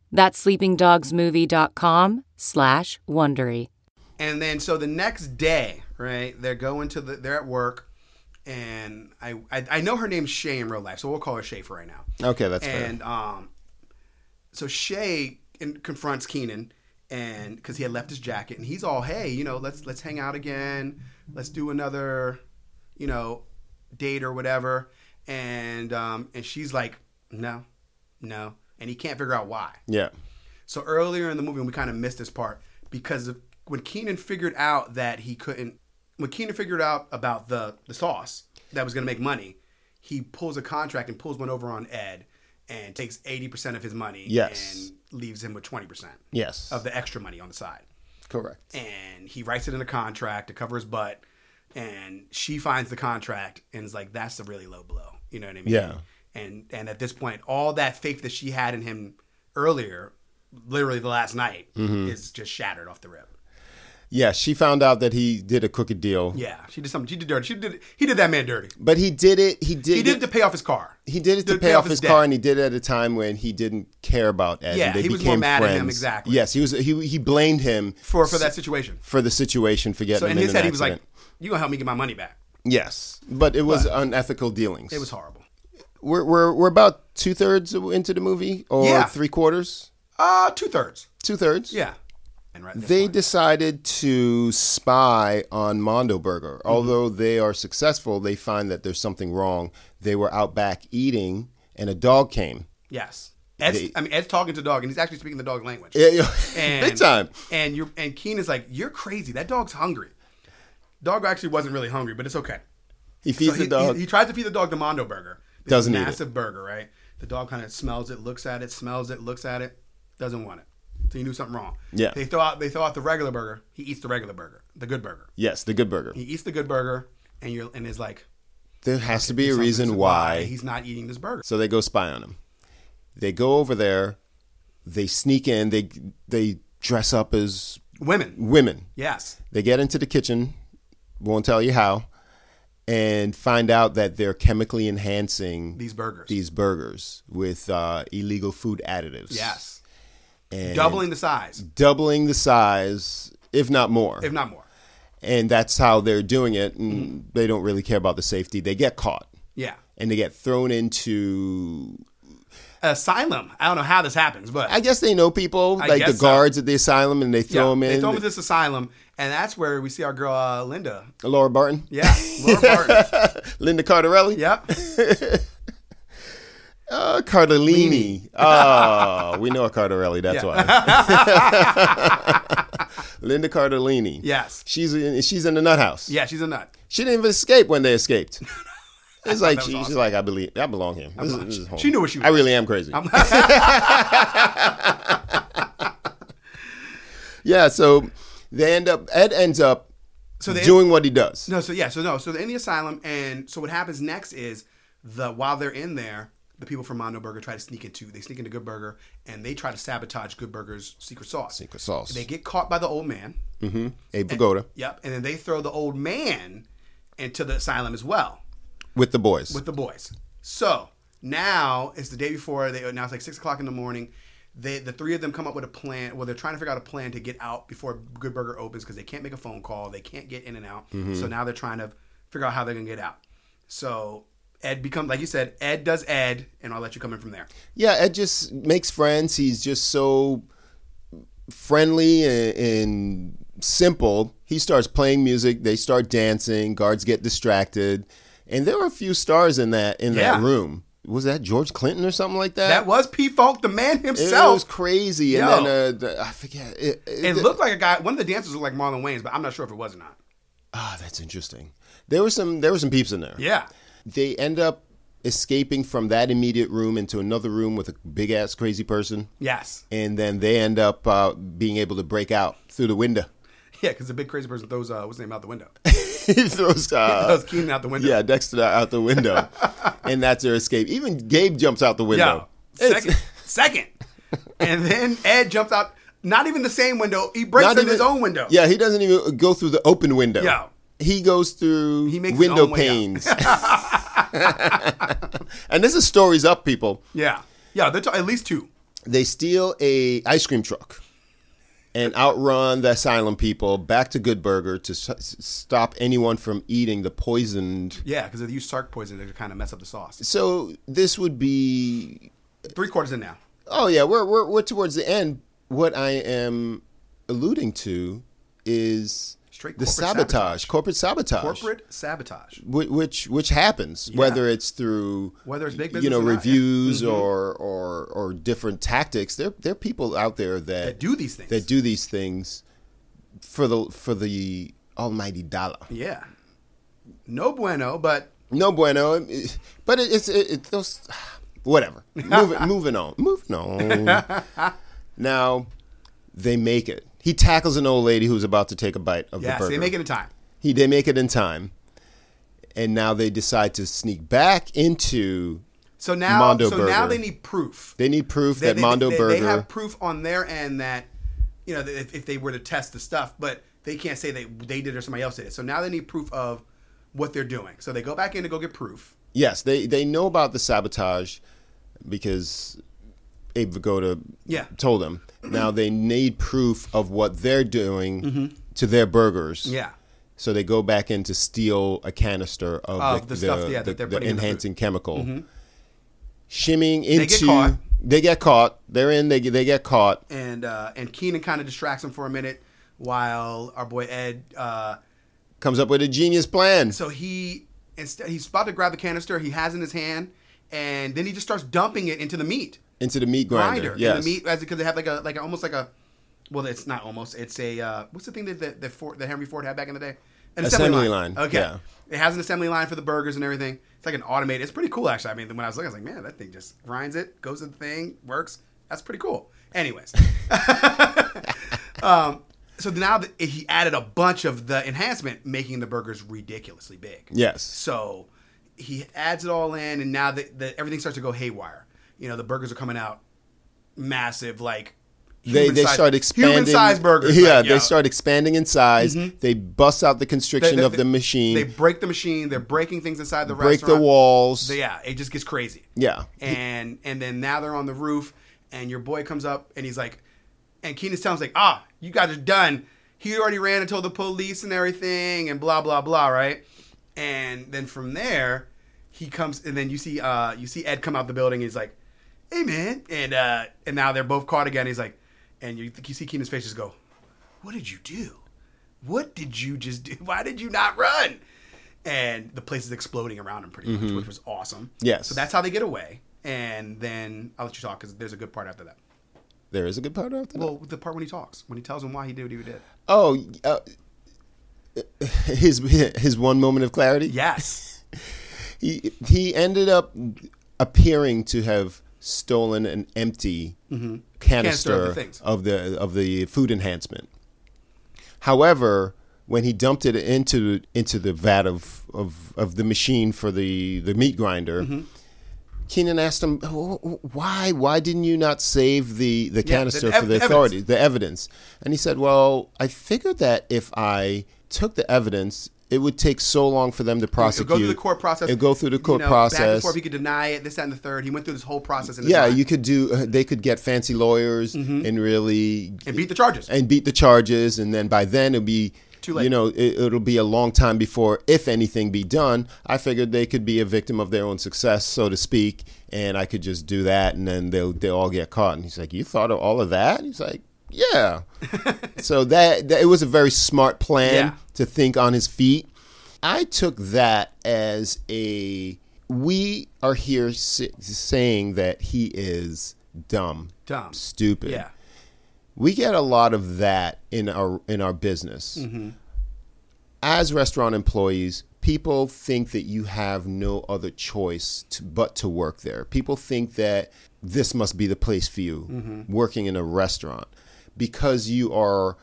S5: That's sleepingdogsmovie.com slash Wondery.
S2: And then so the next day, right? They're going to the they're at work, and I I, I know her name's Shay in real life, so we'll call her Shay for right now.
S1: Okay, that's fair.
S2: and um, so Shay in- confronts Keenan, and because he had left his jacket, and he's all, "Hey, you know, let's let's hang out again, let's do another, you know, date or whatever," and um, and she's like, "No, no," and he can't figure out why.
S1: Yeah,
S2: So earlier in the movie, we kind of missed this part because of, when Keenan figured out that he couldn't, when Keenan figured out about the the sauce that was going to make money, he pulls a contract and pulls one over on Ed and takes eighty percent of his money.
S1: Yes.
S2: and leaves him with twenty percent
S1: yes,
S2: of the extra money on the side.
S1: correct.
S2: And he writes it in a contract to cover his butt. And she finds the contract and is like, "That's a really low blow." You know what I mean?
S1: Yeah.
S2: And and at this point, all that faith that she had in him earlier, literally the last night,
S1: Mm-hmm.
S2: is just shattered off the rip.
S1: Yeah, she found out that he did a crooked deal,
S2: Yeah, she did something. She did dirty. She did. He did that man dirty.
S1: but he did it. He did.
S2: He did it to pay off his car.
S1: he did it to pay off his
S2: debt.
S1: car, and he did it at a time when he didn't care about Ed.
S2: Yeah,
S1: and they
S2: he was more
S1: became
S2: mad at him,
S1: friends.
S2: exactly.
S1: Yes, he was. He he blamed him
S2: for for that situation.
S1: for the situation for getting
S2: So
S1: him
S2: in his
S1: an
S2: head, he was like,
S1: accident.
S2: "You gonna help me get my money back?"
S1: "Yes," but it was unethical dealings.
S2: It was horrible.
S1: We're we're, we're about two thirds into the movie, or
S2: Yeah.
S1: three quarters,
S2: Uh two thirds.
S1: two thirds.
S2: Yeah. And right. at this
S1: They
S2: point-
S1: decided to spy on Mondo Burger.
S2: Mm-hmm.
S1: Although they are successful, they find that there's something wrong. They were out back eating, and a dog came.
S2: Yes. Ed's,
S1: They-
S2: I mean, Ed's talking to dog, and he's actually speaking the dog language.
S1: Yeah, yeah.
S2: And,
S1: Big time.
S2: And you're and Keenan's like, "You're crazy. That dog's hungry." Dog actually wasn't really hungry, but it's okay.
S1: He feeds
S2: So
S1: the
S2: he,
S1: dog.
S2: He, he tries to feed the dog the Mondo burger. This
S1: Doesn't eat it.
S2: massive burger, right? The dog kind of smells it, looks at it, smells it, looks at it, doesn't want it. So you knew something wrong.
S1: Yeah.
S2: They throw out they throw out the regular burger. He eats the regular burger, the good burger.
S1: yes, the Good Burger.
S2: He eats the good burger, and you're and is like,
S1: There has to be a
S2: "Something-
S1: reason why.
S2: he's not eating this burger.
S1: So they go spy on him. They go over there. They sneak in. They they dress up as
S2: Women,
S1: women.
S2: yes,
S1: They get into the kitchen, won't tell you how, and find out that they're chemically enhancing
S2: these burgers,
S1: these burgers with uh, illegal food additives.
S2: yes,
S1: And
S2: doubling the size,
S1: doubling the size, if not more.
S2: if not more.
S1: and that's how they're doing it. And they don't really care about the safety. They get caught
S2: Yeah,
S1: and they get thrown into
S2: asylum. I don't know how this happens, but
S1: I guess they know people,
S2: I
S1: like the
S2: guess so.
S1: guards at the asylum, and they
S2: yeah,
S1: throw them
S2: They
S1: in.
S2: throw him in this asylum, and that's where we see our girl uh, Linda.
S1: Laura Barton,
S2: Yeah, Laura Barton.
S1: Linda Cardarelli,
S2: Yep.
S1: uh, Cardellini. oh, we know a Cardarelli. That's why. Linda Cardellini.
S2: Yes.
S1: she's in, she's in the nut house.
S2: Yeah, she's a nut.
S1: she didn't even escape when they escaped. It's like
S2: that was
S1: she, she's
S2: awesome.
S1: like I believe I belong here. This is- this is home.
S2: She knew what she was.
S1: I really am crazy. yeah, so they end up. Ed ends up
S2: So they
S1: doing what he does.
S2: No, so yeah, so no, so they're in the asylum, and so what happens next is the while they're in there, the people from Mondo Burger try to sneak into they sneak into Good Burger, and they try to sabotage Good Burger's secret sauce.
S1: Secret sauce.
S2: They get caught by the old man.
S1: Abe Vigoda
S2: Yep, and then they throw the old man into the asylum as well
S1: with the boys.
S2: with the boys. So now it's the day before. They now it's like six o'clock in the morning. They the three of them come up with a plan. Well, they're trying to figure out a plan to get out before Good Burger opens because they can't make a phone call. They can't get in and out.
S1: Mm-hmm.
S2: So now they're trying to figure out how they're gonna get out. So Ed becomes like you said. Ed does Ed, and I'll let you come in from there.
S1: yeah, Ed just makes friends. He's just so friendly and, and simple. He starts playing music. They start dancing. Guards get distracted, and there were a few stars in that in that
S2: Yeah.
S1: room. Was that George Clinton or something like that?
S2: That was P Funk, the man
S1: Uh, It
S2: himself.
S1: was crazy.
S2: Yo.
S1: And then uh, the, I forget. It,
S2: it looked like a guy. One of the dancers looked like Marlon Wayans, but I'm not sure if it was or not.
S1: Ah, that's interesting. There were some. There were some peeps in there.
S2: Yeah.
S1: They end up escaping from that immediate room into another room with a big ass crazy person,
S2: Yes.
S1: and then they end up uh, being able to break out through the window.
S2: Yeah, because the big crazy person throws uh, what's his name out the window.
S1: he throws. Uh,
S2: throws Keenan out the window.
S1: Yeah, Dexter out the window, and that's their escape. Even Gabe jumps out the
S2: Yeah.
S1: window. It's-
S2: Second. Second. And then Ed jumps out, not even the same window. He breaks
S1: Not
S2: in
S1: even-
S2: his own window.
S1: Yeah, he doesn't even go through the open window.
S2: Yeah.
S1: He goes through
S2: He makes his
S1: window
S2: own way out.
S1: panes. and this is stories up, people.
S2: Yeah. Yeah. They're ta- at least two.
S1: They steal a ice cream truck and outrun the asylum people back to Good Burger to s- s- stop anyone from eating the poisoned.
S2: Yeah, because they use sarc poison to kind of mess up the sauce.
S1: So this would be
S2: Three quarters in now.
S1: Oh yeah, we're we're we're towards the end. What I am alluding to is
S2: Straight
S1: the
S2: corporate
S1: sabotage,
S2: sabotage.
S1: corporate sabotage,
S2: Corporate sabotage.
S1: whi- which which happens whether it's through
S2: Whether it's big
S1: you know
S2: business or not, yeah. Mm-hmm.
S1: reviews or or or different tactics. There there are people out there that,
S2: That do these things.
S1: that do these things for the for the almighty dollar.
S2: Yeah. No bueno, but
S1: No bueno, it- but it, it's it, it, those whatever. Moving, moving on, moving on. Now they make it. He tackles an old lady who's about to take a bite of the
S2: yes,
S1: burger.
S2: they make it in time.
S1: He they make it in time, and now they decide to sneak back into.
S2: So now,
S1: Mondo
S2: so now
S1: Burger.
S2: they need proof.
S1: They need proof
S2: They-
S1: that
S2: they-
S1: Mondo
S2: they,
S1: Burger.
S2: They have proof on their end that you know that if, if they were to test the stuff, but they can't say they they did or somebody else did it. So now they need proof of what they're doing. So they go back in to go get proof.
S1: yes, they they know about the sabotage because Abe Vigoda
S2: Yeah.
S1: told them. Now they need proof of what they're doing to their burgers.
S2: Mm-hmm. Yeah.
S1: So they go back in to steal a canister of
S2: Of the stuff, yeah, that they're putting in the food. Mm-hmm.
S1: enhancing chemical. Shimming into
S2: They get caught.
S1: they get caught. They're in. They get- they get caught.
S2: And uh, and Keenan kind of distracts him for a minute while our boy Ed. Uh,
S1: Comes up with a genius plan.
S2: so he instead he's about to grab the canister he has in his hand, and then he just starts dumping it into the meat
S1: into the meat grinder.
S2: grinder.
S1: yes.
S2: And the meat as because they have like a like a, almost like a. Well, it's not almost. It's a uh, what's the thing that that, that, Ford, that Henry Ford had back in the day? An
S1: Assembly line,
S2: Okay.
S1: yeah.
S2: It has an assembly line for the burgers and everything. It's like an automated. It's pretty cool, actually. I mean, when I was looking, I was like, man, that thing just grinds it, goes to the thing, works. That's pretty cool. Anyways, um, so now that he added a bunch of the enhancement, making the burgers ridiculously big.
S1: Yes.
S2: So he adds it all in, and now that the, everything starts to go haywire. You know, the burgers are coming out massive, like
S1: They they
S2: human-sized-
S1: start expanding.
S2: human-sized burgers.
S1: Yeah.
S2: like,
S1: they
S2: yo.
S1: start expanding in size. They bust out the
S2: They-
S1: constriction
S2: they-
S1: of the
S2: they-
S1: machine.
S2: They break the machine. They're breaking things inside the
S1: break
S2: restaurant.
S1: the walls.
S2: So, yeah, it just gets crazy.
S1: Yeah.
S2: and and then now they're on the roof, and your boy comes up and he's like, and Keenan's telling him like, ah, you guys are done. He already ran and told the police and everything, and blah blah blah, right? And then from there, he comes, and then you see uh you see Ed come out the building. he's like, hey man, and uh, and now they're both caught again. He's like, and you, you see Keenan's face just go, what did you do? What did you just do? Why did you not run? And the place is exploding around him pretty much, which was awesome.
S1: Mm-hmm. Yes.
S2: So that's how they get away. And then I'll let you talk because there's a good part after that.
S1: There is a good part after that.
S2: Well, the part when he talks, when he tells him why he did what he did.
S1: oh, uh, his his one moment of clarity.
S2: Yes.
S1: he he ended up appearing to have stolen an empty canister,
S2: Mm-hmm. Canister of the things.
S1: of the of the food enhancement. However, when he dumped it into into the vat of of, of the machine for the the meat grinder.
S2: Mm-hmm.
S1: Keenan asked him, "Oh, "Why? Why didn't you not save the, the
S2: Yeah,
S1: canister
S2: the ev-
S1: for the
S2: evidence.
S1: authorities, the evidence?" And he said, "Well, I figured that if I took the evidence, it would take so long for them to
S2: It'll
S1: prosecute.
S2: go through the court process.
S1: It'll go through the
S2: you
S1: court
S2: know, Back and
S1: process.
S2: forth, he could deny it, this, that, and the third. He went through this whole process. And
S1: yeah, you could do. Uh, they could get fancy lawyers and really
S2: Mm-hmm. And beat the charges.
S1: and beat the charges, and then by then it'll be
S2: Too late.
S1: You know, it, it'll be a long time before, if anything, be done. I figured they could be a victim of their own success, so to speak, and I could just do that, and then they'll they will all get caught. And he's like, "You thought of all of that?" And he's like, "Yeah." so that, that it was a very smart plan
S2: Yeah.
S1: to think on his feet. I took that as a we are here s- saying that he is dumb,
S2: Dumb.
S1: stupid
S2: Yeah.
S1: we get a lot of that in our in our business as restaurant employees people think that you have no other choice to, but to work there people think that this must be the place for you working in a restaurant because you are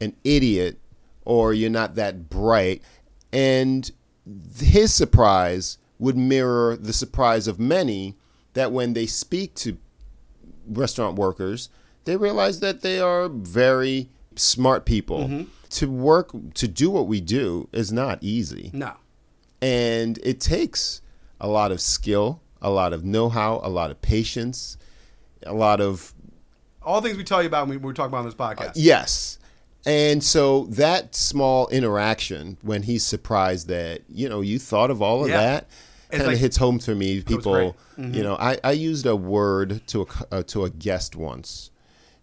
S1: an idiot or you're not that bright and th- his surprise would mirror the surprise of many that when they speak to restaurant workers, they realize that they are very smart people. To work, to do what we do is not easy.
S2: No.
S1: And it takes a lot of skill, a lot of know how, a lot of patience, a lot of
S2: All things we tell you about when we- we're talking about on this podcast.
S1: Uh, Yes. And so that small interaction when he's surprised that, you know, you thought of all of
S2: Yeah.
S1: that
S2: It's
S1: kind of
S2: like-
S1: hits home to me. People,
S2: great. Mm-hmm.
S1: you know, I, I used a word to a, cu- uh, to a guest once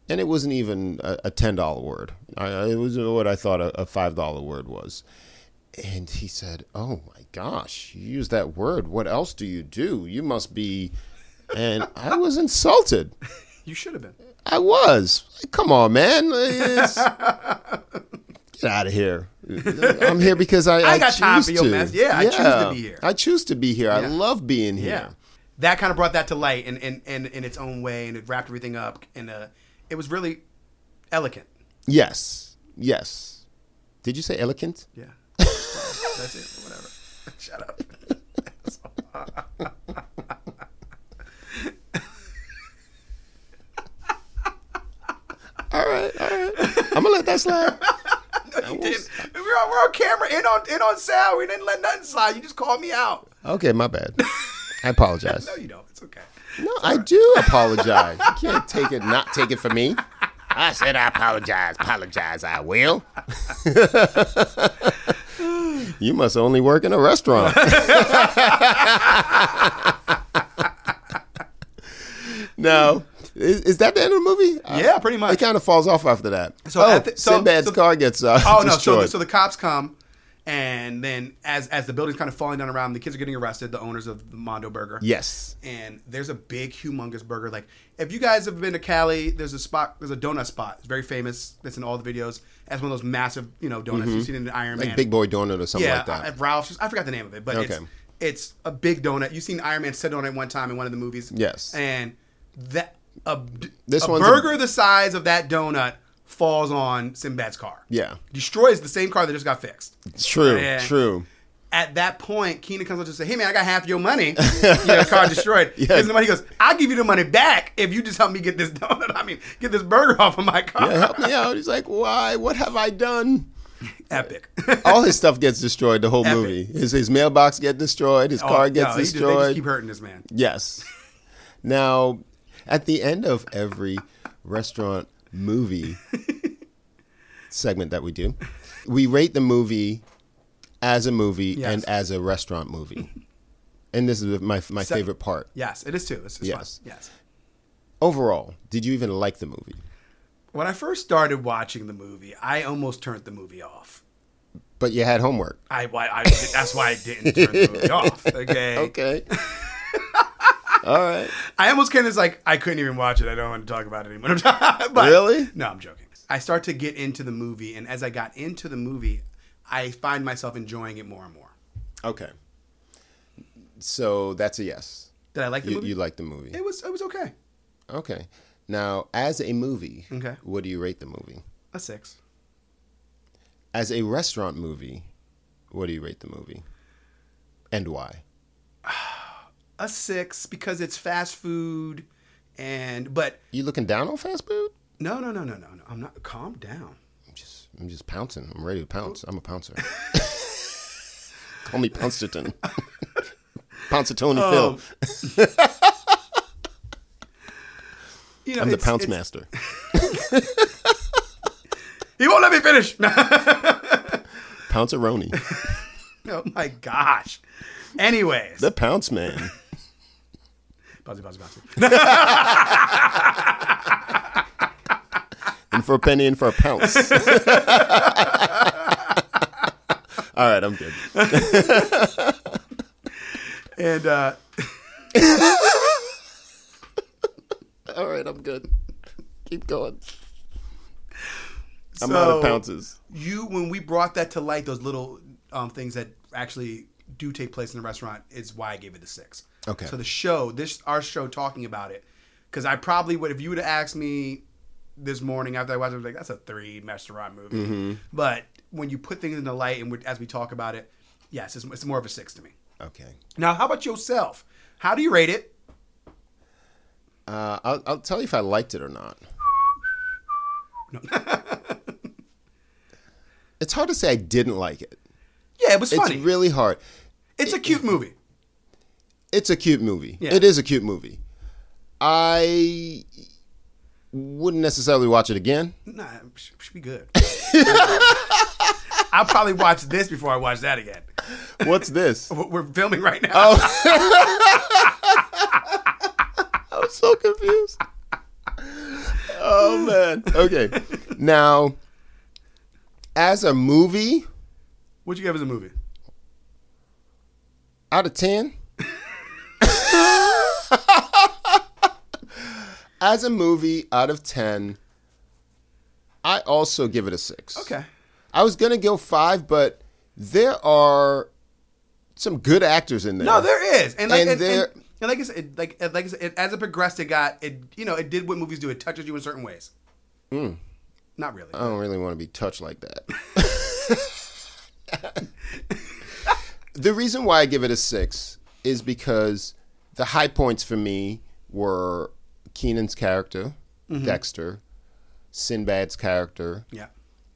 S1: and it wasn't even a, a $10 word. I, I- it was what I thought a, a $5 word was. And he said, Oh my gosh, you use that word. What else do you do? You must be. And I was insulted.
S2: You should have been.
S1: I was. Like, Come on, man. It's- Get out of here. I'm here because I,
S2: I got time
S1: choose
S2: for your
S1: to.
S2: mess. Yeah, I choose to be here.
S1: I choose to be here. I
S2: Yeah.
S1: love being here.
S2: Yeah. That kind of brought that to light and in, in, in its own way, and it wrapped everything up. And uh, it was really elegant.
S1: Yes. Yes. Did you say elegant?
S2: Yeah. That's it. Whatever. Shut up.
S1: All right. All right. I'm going to let that slide.
S2: You didn't- We're on, we're on camera and on, and on sound. We didn't let nothing slide. You just called me out.
S1: Okay, my bad. I apologize.
S2: No, you don't. It's okay.
S1: No, I do apologize. You can't take it, not take it from me. I said I apologize. Apologize, I will. you must only work in a restaurant. no. Is, is that the end of the movie?
S2: Yeah, pretty much.
S1: It kind of falls off after that.
S2: So
S1: So oh,
S2: at the- so-
S1: Sinbad's
S2: so-
S1: car gets uh,
S2: Oh no! So,
S1: destroyed.
S2: the- so the cops come, and then as as the building's kind of falling down around, the kids are getting arrested. The owners of the Mondo Burger.
S1: yes.
S2: And there's a big, humongous burger. Like if you guys have been to Cali, there's a spot. There's a donut spot. It's very famous. That's in all the videos. As one of those massive, you know, donuts you've seen in the Iron
S1: Mm-hmm. Like
S2: Man.
S1: Big Boy Donut or something
S2: yeah,
S1: like that.
S2: I- Ralph's. I forgot the name of it, but it's
S1: Okay.
S2: it's a big donut. You've seen Iron Man said donut one time in one of the movies.
S1: Yes.
S2: And that a,
S1: This
S2: a
S1: one's a-
S2: burger the size of that donut falls on Sinbad's car.
S1: Yeah.
S2: Destroys the same car that just got fixed.
S1: true,
S2: Yeah.
S1: true.
S2: At that point, Keenan comes up to say, "Hey man, I got half your money. You know, car destroyed. Here's the money." He goes, "I'll give you the money back if you just help me get this donut. I mean, get this burger off of my car."
S1: Yeah, help me out. He's like, why? What have I done?
S2: Epic.
S1: all his stuff gets destroyed. The whole
S2: Epic.
S1: movie. His his mailbox gets destroyed. His
S2: Oh,
S1: car gets
S2: no, he just-
S1: destroyed.
S2: they just keep hurting this man.
S1: yes. Now, at the end of every restaurant movie segment that we do, we rate the movie as a movie
S2: Yes.
S1: and as a restaurant movie. And this is my my favorite part.
S2: Yes, it is too. It's, it's
S1: Yes.
S2: fun. Yes.
S1: Overall, did you even like the movie?
S2: When I first started watching the movie, I almost turned the movie off.
S1: But you had homework.
S2: I, why I that's why I didn't turn the movie off. Okay.
S1: Okay. All right.
S2: I almost kind of like I couldn't even watch it. I don't want to talk about it anymore. But-
S1: Really?
S2: No, I'm joking. I start to get into the movie, and as I got into the movie, I find myself enjoying it more and more.
S1: Okay. So that's a yes.
S2: Did I like the
S1: You,
S2: movie?
S1: you like the movie.
S2: it was it was okay.
S1: Okay. Now, as a movie,
S2: Okay.
S1: what do you rate the movie?
S2: A six.
S1: As a restaurant movie, what do you rate the movie? And why?
S2: A six because it's fast food, and but
S1: You looking down on fast food?
S2: no no no no no no. I'm not. Calm down.
S1: I'm just, I'm just pouncing. I'm ready to pounce. I'm a pouncer. Call me Pouncerton. Pouncertony
S2: Oh.
S1: Phil.
S2: You know,
S1: I'm the
S2: it's-
S1: pounce
S2: it's-
S1: master.
S2: He won't let me finish.
S1: Pounceroni.
S2: oh my gosh. Anyways,
S1: The pounce man.
S2: pause it, pause it, pause it.
S1: And for a penny and for a pounce. All right, I'm good.
S2: And uh,
S1: All right, I'm good. Keep going. I'm
S2: So-
S1: out of pounces.
S2: you when we brought that to light those little um, things that actually do take place in the restaurant is why i gave it the six
S1: Okay.
S2: so the show this our show talking about it because i probably would if you would have asked me this morning after i watched it I was like that's a three restaurant movie
S1: Mm-hmm.
S2: but when you put things in the light and we as we talk about it yes it's, it's more of a six to me
S1: Okay.
S2: now how about yourself how do you rate it
S1: Uh, I'll, I'll tell you if I liked it or not. it's hard to say I didn't like it.
S2: yeah it was
S1: It's
S2: funny
S1: really hard.
S2: it's a cute movie
S1: It's a cute movie.
S2: Yeah.
S1: It is a cute movie. I wouldn't necessarily watch it again.
S2: nah it should should be good i'll probably watch this before i watch that again
S1: What's this?
S2: We're- We're filming right now.
S1: Oh. I'm so confused. Oh man. Okay. Now, as a movie,
S2: What'd you give as a movie?
S1: out of ten. as a movie, out of ten, I also give it a six.
S2: Okay.
S1: I was gonna go five, but there are some good actors in there.
S2: No, there is, and like
S1: And
S2: and, and,
S1: there-
S2: and, like I said, it, like and like I said, it, as it progressed, it got it. You know, it did what movies do. It touches you in certain ways.
S1: Hmm.
S2: Not really.
S1: I don't really want to be touched like that. the reason why I give it a six is because the high points for me were Keenan's character, Dexter, Sinbad's character,
S2: Mm-hmm. yeah.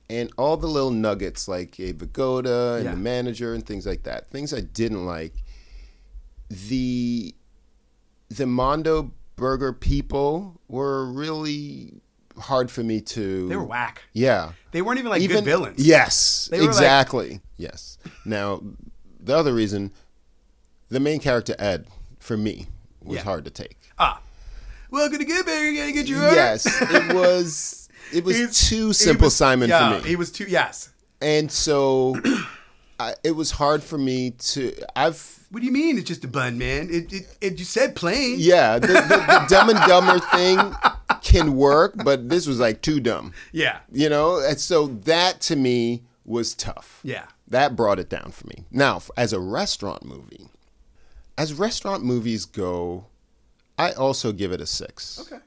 S1: and all the little nuggets like a Vigoda and
S2: Yeah.
S1: the manager and things like that. Things I didn't like. The the Mondo Burger people were really hard for me to.
S2: They were whack.
S1: Yeah.
S2: They weren't even like good villains.
S1: Yes,
S2: They were like-
S1: exactly. yes. Now, the other reason, the main character Ed for me was
S2: Yeah.
S1: hard to take.
S2: Welcome to Get Bigger. Gotta get your order.
S1: Yes, it was. It was
S2: He's-
S1: too
S2: he
S1: simple,
S2: was-
S1: Simon, for
S2: yeah,
S1: me.
S2: He was too. Yes.
S1: and so I, it was hard for me to i've
S2: What do you mean? It's just a bun, man. It it, it you said plain.
S1: yeah the, the, the dumb and dumber thing can work but this was like too dumb
S2: Yeah.
S1: you know and so that to me was tough
S2: Yeah.
S1: that brought it down for me now f- as a restaurant movie as restaurant movies go i also give it a six
S2: Okay.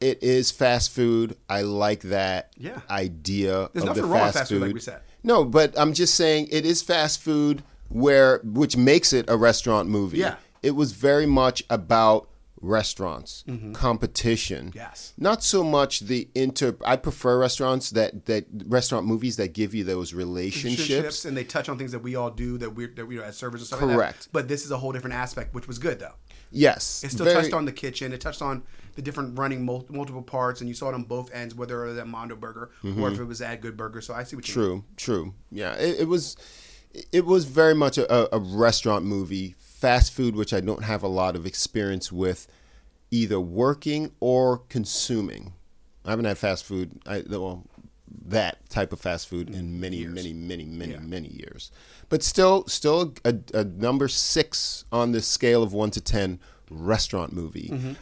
S1: it is fast food. I like that
S2: Yeah.
S1: idea
S2: There's
S1: of the
S2: nothing wrong with
S1: fast,
S2: fast
S1: food.
S2: food, like we said.
S1: No, but I'm just saying it is fast food where which makes it a restaurant movie.
S2: Yeah.
S1: It was very much about restaurants,
S2: Mm-hmm.
S1: competition.
S2: Yes.
S1: Not so much the inter I prefer restaurants that that restaurant movies that give you those relationships.
S2: Relationships, and they touch on things that we all do that we're that we are as servers and stuff. Like
S1: Correct.
S2: that. But this is a whole different aspect, which was good though.
S1: Yes.
S2: It still
S1: very-
S2: touched on the kitchen. It touched on the different running mul- multiple parts, and you saw it on both ends, whether it was at Mondo Burger or if it was at Good Burger. So I see what you mean.
S1: Mm-hmm. True, true. Yeah, it, it was, it was very much a, a- a restaurant movie, fast food, which I don't have a lot of experience with, either working or consuming. I haven't had fast food, I, well, that type of fast food in many, many, many, many, many years. But still, still a, a number six on the scale of one to ten restaurant movie.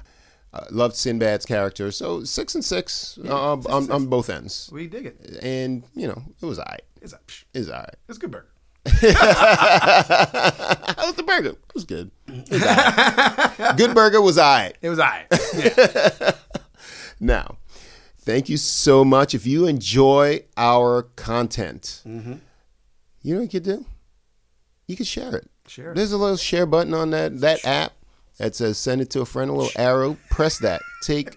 S1: Uh, loved Sinbad's character, so six and six, uh, on, on both ends.
S2: We dig it.
S1: And you know, it was alright.
S2: It's a, psh,
S1: It was alright.
S2: it's a good burger.
S1: That was the burger. It was good. It was alright. good burger was alright.
S2: It was all right.
S1: Now, thank you so much. If you enjoy our content,
S2: Mm-hmm.
S1: you know what you could do? You could share it.
S2: Share it.
S1: There's a little share button on that that app that says send it to a friend, a little arrow. Press that. Take,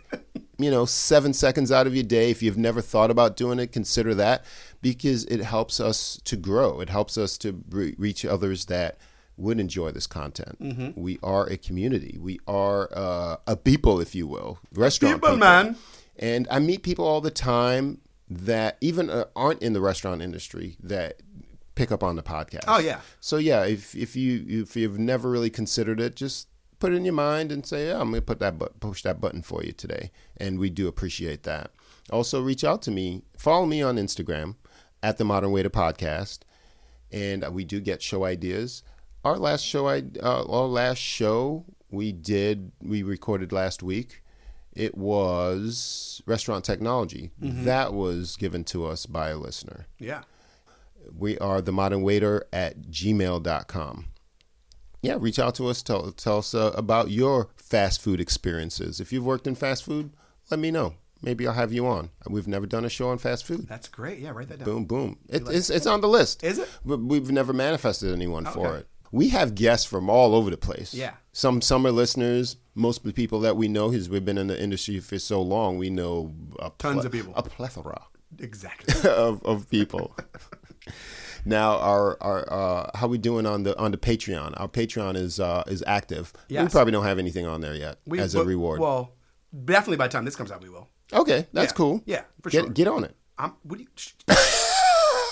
S1: you know, seven seconds out of your day. If you've never thought about doing it, consider that because it helps us to grow. It helps us to re- reach others that would enjoy this content.
S2: Mm-hmm.
S1: We are a community. We are uh, a people, if you will. Restaurant
S2: People, man.
S1: and I meet people all the time that even uh, aren't in the restaurant industry that pick up on the podcast.
S2: Oh, yeah.
S1: So yeah, if if you if you've never really considered it, just put it in your mind and say, yeah, I'm gonna put that but push that button for you today, and we do appreciate that. Also, reach out to me, follow me on Instagram at the Modern Waiter Podcast, and we do get show ideas. Our last show, I uh, our last show we did we recorded last week. It was restaurant technology that was given to us by a listener.
S2: Yeah.
S1: We are the modern waiter at gmail.com. Yeah, reach out to us. Tell, tell us uh, about your fast food experiences. If you've worked in fast food, let me know. Maybe I'll have you on. We've never done a show on fast food.
S2: That's great. Yeah, write that down.
S1: Boom, boom. It, it's, it's on the list.
S2: Is it?
S1: But we've never manifested anyone for it. We have guests from all over the place.
S2: Yeah.
S1: Some some are listeners. Most of the people that we know, because we've been in the industry for so long, we know a
S2: Tons of people.
S1: a plethora
S2: Exactly.
S1: of, of people. now, our our uh, how we doing on the on the Patreon? Our Patreon is uh, is active. We
S2: Yes.
S1: probably don't have anything on there yet
S2: We-
S1: as a
S2: well-
S1: reward.
S2: Well, definitely by the time this comes out, we will.
S1: okay, that's
S2: Yeah.
S1: cool.
S2: Yeah, for
S1: get,
S2: sure.
S1: Get on it.
S2: I'm. What do you?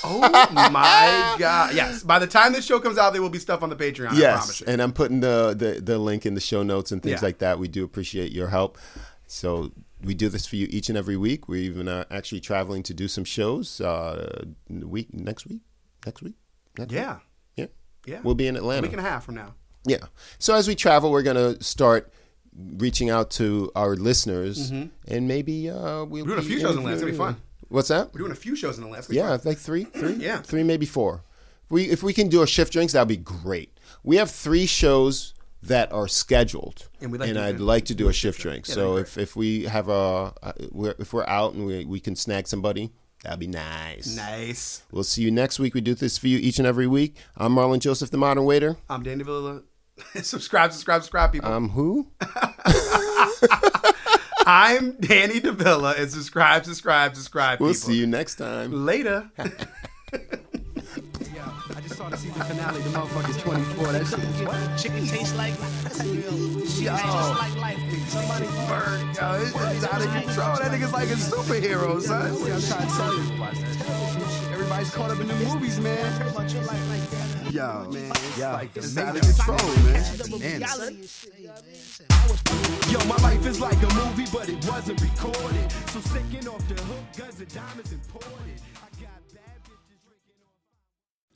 S2: oh my god! Yes. By the time this show comes out, there will be stuff on the Patreon. I promise
S1: yes,
S2: you.
S1: and I'm putting the, the the link in the show notes and things
S2: Yeah.
S1: like that. We do appreciate your help. So we do this for you each and every week. We're even uh, actually traveling to do some shows. Uh, n- week next week, next week, next
S2: yeah.
S1: yeah,
S2: Yeah.
S1: We'll be in Atlanta.
S2: A week and a half from now.
S1: Yeah. So as we travel, we're going to start reaching out to our listeners, and maybe uh, we'll
S2: We're doing a
S1: be
S2: few shows in Atlanta. It's gonna be
S1: interviewing-
S2: fun.
S1: What's that?
S2: We're doing a few shows in the last week.
S1: Yeah, like three, three,
S2: Yeah.
S1: three, maybe four. We if we can do a shift drinks, that'd be great. We have three shows that are scheduled,
S2: And we'd like to
S1: I'd
S2: do-
S1: like to do a shift drink. so if, if we have a uh, we're, if we're out and we, we can snag somebody, that'd be nice.
S2: Nice.
S1: We'll see you next week. We do this for you each and every week. I'm Marlon Joseph, the Modern Waiter.
S2: I'm Danny Villa. subscribe, subscribe, subscribe, people.
S1: I'm who?
S2: I'm Danny Davila, and subscribe, subscribe, subscribe,
S1: We'll
S2: people.
S1: see you next time.
S2: later.
S3: I just saw the season finale. The motherfuckers 24. That shit was what?
S6: Chicken tastes like Shit tastes like life. Somebody burn.
S3: Yo, this shit's out of control. That nigga's like a superhero, son. That's what I'm trying to tell you. Watch that shit. Everybody's caught up in the movies, man.
S6: About your life like that.
S3: Yo, man, it's like it's out of control, man. Man, son. Yo, my life is like a movie, but it wasn't recorded. So sicking off the hook, guns and diamonds imported. I got bad bitches drinking.